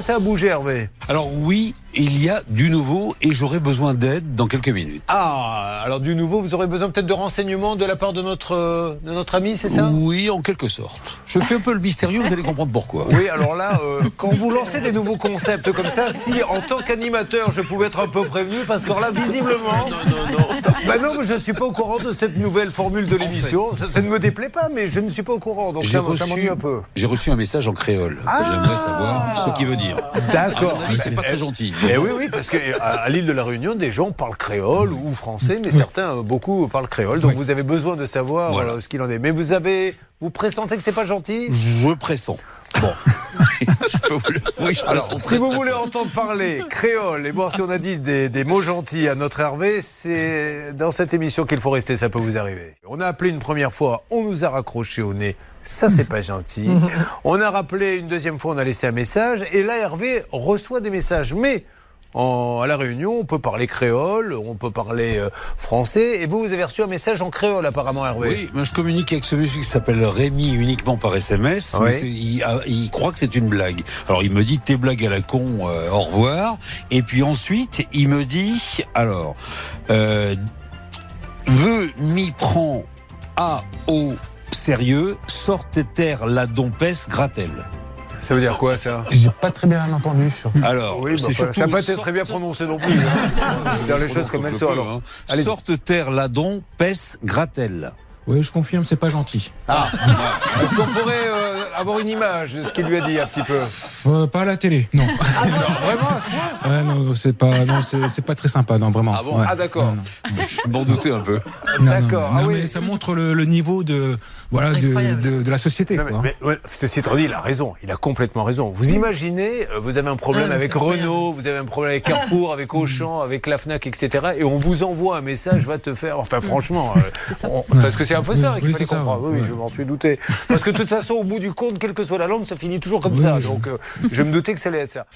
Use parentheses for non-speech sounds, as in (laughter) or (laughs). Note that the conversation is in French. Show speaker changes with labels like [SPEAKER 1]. [SPEAKER 1] ça a bougé, Hervé
[SPEAKER 2] Alors oui, il y a du nouveau et j'aurai besoin d'aide dans quelques minutes.
[SPEAKER 1] Ah, alors du nouveau, vous aurez besoin peut-être de renseignements de la part de notre, euh, de notre ami, c'est ça
[SPEAKER 2] Oui, en quelque sorte. Je fais un peu le mystérieux, vous allez comprendre pourquoi.
[SPEAKER 1] Oui, alors là, euh, quand vous lancez des nouveaux concepts comme ça, si en tant qu'animateur je pouvais être un peu prévenu, parce que là, visiblement. Non, non, non. (laughs) Bah non, mais je ne suis pas au courant de cette nouvelle formule de l'émission. Ça, ça ne me déplaît pas, mais je ne suis pas au courant, donc
[SPEAKER 2] J'ai
[SPEAKER 1] ça, m- ça
[SPEAKER 2] reçu,
[SPEAKER 1] m'ennuie un peu.
[SPEAKER 2] j'ai reçu un message en créole.
[SPEAKER 1] Ah
[SPEAKER 2] J'aimerais savoir ce qu'il veut dire.
[SPEAKER 1] D'accord.
[SPEAKER 2] Ah, c'est pas très gentil.
[SPEAKER 1] Eh oui, oui, parce qu'à l'île de la Réunion, des gens parlent créole ou français, mais certains, euh, beaucoup, parlent créole. Donc vous avez besoin de savoir
[SPEAKER 2] Voilà.
[SPEAKER 1] euh, ce qu'il en est. Mais vous avez, vous pressentez que c'est pas gentil
[SPEAKER 2] Je pressens.
[SPEAKER 1] (laughs)
[SPEAKER 2] Bon. je peux vous le... Oui, je
[SPEAKER 1] Alors,
[SPEAKER 2] pressens
[SPEAKER 1] si
[SPEAKER 2] très,
[SPEAKER 1] vous
[SPEAKER 2] très
[SPEAKER 1] voulez
[SPEAKER 2] fort.
[SPEAKER 1] entendre parler créole et voir si on a dit des, des mots gentils à notre Hervé, c'est dans cette émission qu'il faut rester, ça peut vous arriver. On a appelé une première fois, on nous a raccroché au nez, ça c'est pas
[SPEAKER 2] (laughs)
[SPEAKER 1] gentil. On a rappelé une deuxième fois, on a laissé un message, et là Hervé reçoit des messages, mais... en- à la Réunion, on peut parler créole, on peut parler euh, français. Et vous, vous avez reçu un message en créole apparemment, Hervé.
[SPEAKER 2] Oui, moi je communique avec ce monsieur qui s'appelle Rémi uniquement par SMS.
[SPEAKER 1] Oui.
[SPEAKER 2] mais c'est- il, a- il croit que c'est une blague. Alors il me dit tes blagues à la con, euh, au revoir. Et puis ensuite il me dit alors euh, veux m'y prend à au sérieux sorte terre la dompesse gratel.
[SPEAKER 1] Ça veut dire quoi ça
[SPEAKER 3] J'ai pas très bien entendu. sur-
[SPEAKER 2] Alors
[SPEAKER 1] Oui, bah,
[SPEAKER 2] c'est
[SPEAKER 1] enfin,
[SPEAKER 2] surtout
[SPEAKER 1] ça n'a pas été
[SPEAKER 2] sorte-
[SPEAKER 1] très bien prononcé non plus.
[SPEAKER 2] (laughs)
[SPEAKER 1] hein. Dans les choses comme
[SPEAKER 2] Je
[SPEAKER 1] elles sont.
[SPEAKER 2] peux,
[SPEAKER 1] alors.
[SPEAKER 2] hein.
[SPEAKER 1] Allez-y.
[SPEAKER 2] Sorte terre la dompesse gratel.
[SPEAKER 3] Oui, je confirme, c'est pas gentil.
[SPEAKER 1] Est-ce qu'on pourrait euh, avoir une image de ce qu'il lui a dit un petit peu
[SPEAKER 3] Euh, pas à la télé, non.
[SPEAKER 1] Ah Vraiment
[SPEAKER 3] (laughs) Ouais, non, c'est pas, non, c'est c'est pas très sympa, non, vraiment.
[SPEAKER 2] Ah bon
[SPEAKER 3] Ouais.
[SPEAKER 1] Ah d'accord.
[SPEAKER 3] Non,
[SPEAKER 2] Je m'en doutais un peu.
[SPEAKER 3] non, non,
[SPEAKER 1] D'accord,
[SPEAKER 3] non,
[SPEAKER 1] ah
[SPEAKER 3] mais
[SPEAKER 1] oui.
[SPEAKER 3] Ça montre le, le niveau de, voilà, de,
[SPEAKER 4] Incroyable.
[SPEAKER 3] de- de la société.
[SPEAKER 1] Non, mais,
[SPEAKER 3] quoi. Mm.
[SPEAKER 1] mais, ouais, ceci étant dit, il a raison, il a complètement raison. Vous imaginez, euh, vous avez un
[SPEAKER 4] Ah,
[SPEAKER 1] problème
[SPEAKER 4] mais
[SPEAKER 1] avec
[SPEAKER 4] c'est incroyable.
[SPEAKER 1] Renault, vous avez un problème avec Carrefour,
[SPEAKER 3] (laughs) Mm.
[SPEAKER 1] avec Auchan, avec la FNAC, etc. Et on vous envoie un message, va te faire...
[SPEAKER 3] Mm.
[SPEAKER 1] Enfin
[SPEAKER 3] (laughs)
[SPEAKER 1] franchement, euh, on- parce que c'est un peu ça
[SPEAKER 3] Oui,
[SPEAKER 1] qu'il
[SPEAKER 3] oui,
[SPEAKER 1] fallait
[SPEAKER 3] c'est ça,
[SPEAKER 1] comprendre.
[SPEAKER 3] ouais.
[SPEAKER 1] Oui,
[SPEAKER 3] Ouais.
[SPEAKER 1] je m'en suis douté. Parce que de toute façon, au bout du compte, quelle que soit la langue, ça finit toujours comme
[SPEAKER 3] Oui,
[SPEAKER 1] ça.
[SPEAKER 3] oui.
[SPEAKER 1] Donc euh, je me doutais que ça allait être ça.